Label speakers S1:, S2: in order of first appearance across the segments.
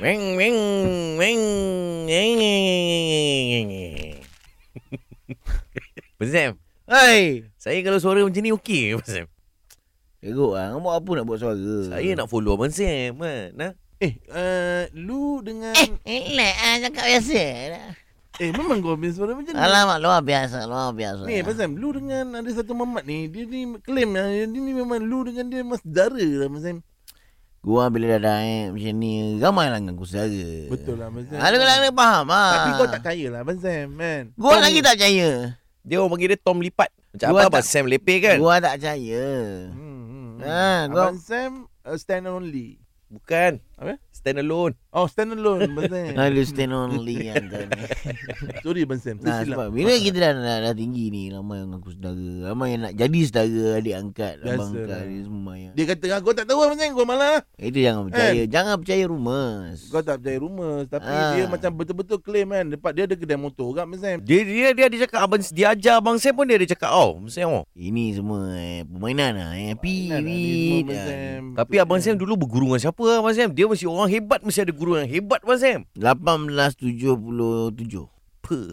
S1: Wing, wing, wing, wing, wing, wing. Abang Sam,
S2: Hai.
S1: saya kalau suara macam ni okey ke Abang Sam?
S2: Teruk lah. Kamu buat apa nak buat suara?
S1: Saya nak follow Abang Sam kan. Nah.
S3: Eh, uh, lu dengan...
S4: Eh, relax lah. Cakap biasa.
S3: Eh, memang kau punya suara macam ni.
S4: Alamak, luar biasa, luar biasa.
S3: Ni, Mazam, lu dengan ada satu mamat ni, dia ni claim lah, dia ni memang lu dengan dia memang sedara lah, Mazam.
S2: Gua bila dah dah eh, macam ni. Ramai lah dengan aku saudara.
S3: Betul lah, Mazam.
S2: Ada kalau ada faham lah.
S3: Tapi kau tak kaya lah, Mazam, kan?
S2: Gua lagi tak percaya.
S1: Dia orang panggil dia Tom Lipat. Macam
S2: Gua
S1: apa Abang
S2: tak-
S1: Sam lepe kan?
S2: Gua tak percaya.
S3: Hmm, hmm, hmm.
S2: Ha, kau-
S3: Abang Sam, uh, stand only.
S1: Bukan.
S3: Apa?
S1: Stand alone.
S3: Oh, stand alone, Abang Sam.
S2: Hallucin only yang kau ni.
S3: Sorry, Abang Sam.
S2: Nah,
S3: Tersilap.
S2: sebab bila kita dah, dah, dah tinggi ni Ramai yang aku saudara Ramai yang nak jadi saudara Adik angkat Abang
S3: Biasalah.
S2: angkat ni semua yang.
S3: Dia kata, "Ah, kau tak tahu, Abang Sam, kau malah.
S2: Itu jangan percaya Jangan percaya rumours
S3: Eh. Kau tak percaya rumor Tapi
S2: Ah.
S3: dia macam betul-betul claim kan Depan dia ada kedai motor kat Abang Sam
S1: Dia dia dia ada cakap abang dia ajar abang Sam pun dia ada cakap oh, Abang Sam oh.
S2: Ini semua eh, Permainan lah eh. Happy Ah,
S3: Kan, dia semua Abang Sam.
S1: Tapi
S3: Betul
S1: abang
S3: kan?
S1: Sam dulu berguru dengan siapa abang Sam? Dia mesti orang hebat mesti ada guru yang hebat abang Sam.
S2: 1877
S3: Oh,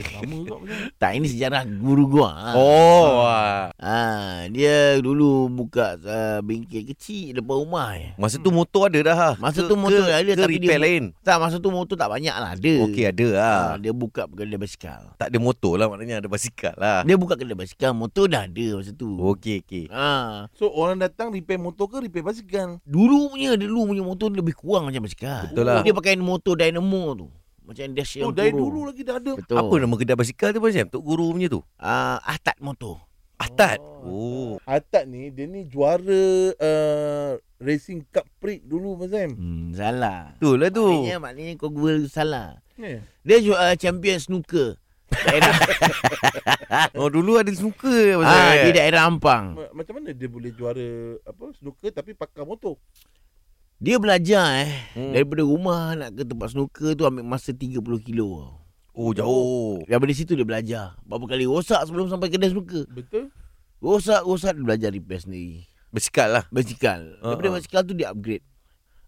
S3: lama kau macam
S2: Tak ini sejarah guru gua ha.
S1: Oh. ah.
S2: ha, Dia dulu buka uh, bengkel kecil depan rumah eh. je.
S1: Masa tu motor ada dah. ah.
S2: Masa
S1: Ke-
S2: tu
S1: ke-
S2: motor ada,
S1: ke
S2: tapi dia-
S1: repair lain.
S2: Tak masa tu motor tak banyak lah Ada
S1: Okey ada ah.
S2: ha, Dia buka kedai basikal
S1: Tak ada motor lah maknanya ada basikal lah.
S2: Dia buka kedai basikal Motor dah ada masa tu
S1: Okey okey.
S2: ha.
S3: So orang datang repair motor ke repair basikal?
S2: Dulu punya Dulu punya motor lebih kurang macam basikal
S1: Betul lah.
S2: Dia pakai motor dynamo tu Macam dash
S3: Oh
S2: yang
S3: dari
S2: kurung.
S3: dulu lagi dah ada.
S2: Betul
S1: Apa nama kedai basikal tu Abang Sam? Tok Guru punya tu.
S2: Ah, Ahtat motor
S1: Atat.
S3: Oh.
S1: Oh.
S3: Atat ni dia ni juara uh, racing cup prick dulu Mas Sam.
S2: hmm, Salah
S1: Itulah lah tu.
S2: Maknanya, maknanya kau Google salah
S3: Yeah.
S2: Dia juga uh, champion snooker Daerah
S1: Oh dulu ada snooker Abang Sam.
S2: ah, Di daerah Ampang
S1: Hmm.
S3: Ma- macam mana dia boleh juara apa snooker tapi pakai motor?
S2: Dia belajar eh
S1: Hmm.
S2: Daripada rumah nak ke tempat snooker tu ambil masa 30 kilo tau.
S1: Oh jauh.
S2: Daripada situ dia belajar Berapa kali rosak sebelum sampai kedai snooker
S3: Betul?
S2: Rosak-rosak dia belajar repair sendiri
S1: Basikal lah.
S2: Basikal
S1: Ah,
S2: Daripada
S1: ah.
S2: basikal tu dia upgrade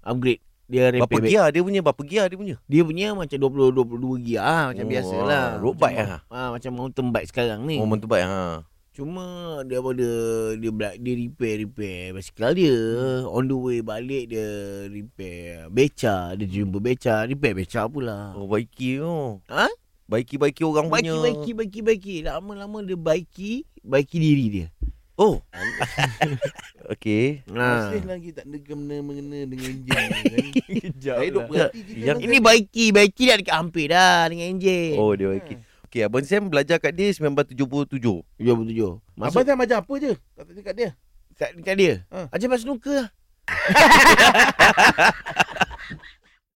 S2: Upgrade Dia
S1: Berapa
S2: repair baik.
S1: gear dia punya? Berapa gear dia punya?
S2: Dia punya macam 20-22 gear ah, Macam
S1: Oh,
S2: biasa lah
S1: ah, road bike
S2: macam,
S1: ah.
S2: ah, Macam mountain bike sekarang ni
S1: Oh mountain bike ha.
S2: Cuma daripada dia bela- dia repair repair basikal dia
S1: Hmm.
S2: on the way balik dia repair beca dia jumpa beca repair beca pula.
S1: Oh baiki oh.
S2: Ha?
S1: Baiki-baiki orang
S2: Baiki
S1: punya.
S2: baiki baiki baiki lama-lama dia baiki baiki diri dia.
S1: Oh. Okey.
S3: Ha.
S2: Ha.
S3: Masih lagi tak ada kena mengena dengan enjin.
S2: lah.
S3: Saya duk berhati cerita
S1: Ya Yang
S3: Mas
S2: Ini
S3: Sam.
S2: baiki baiki dah dekat hampir dah dengan enjin. Oh.
S1: Oh dia okey. Okey, Abang Sam belajar kat dia 1977.
S2: 77.
S3: Ha. Abang
S2: Masa
S3: Sam ajar apa je? Tak tanya kat dia.
S2: kat, kat dia.
S3: Ha.
S2: Ha. Macam pas snooker. lah.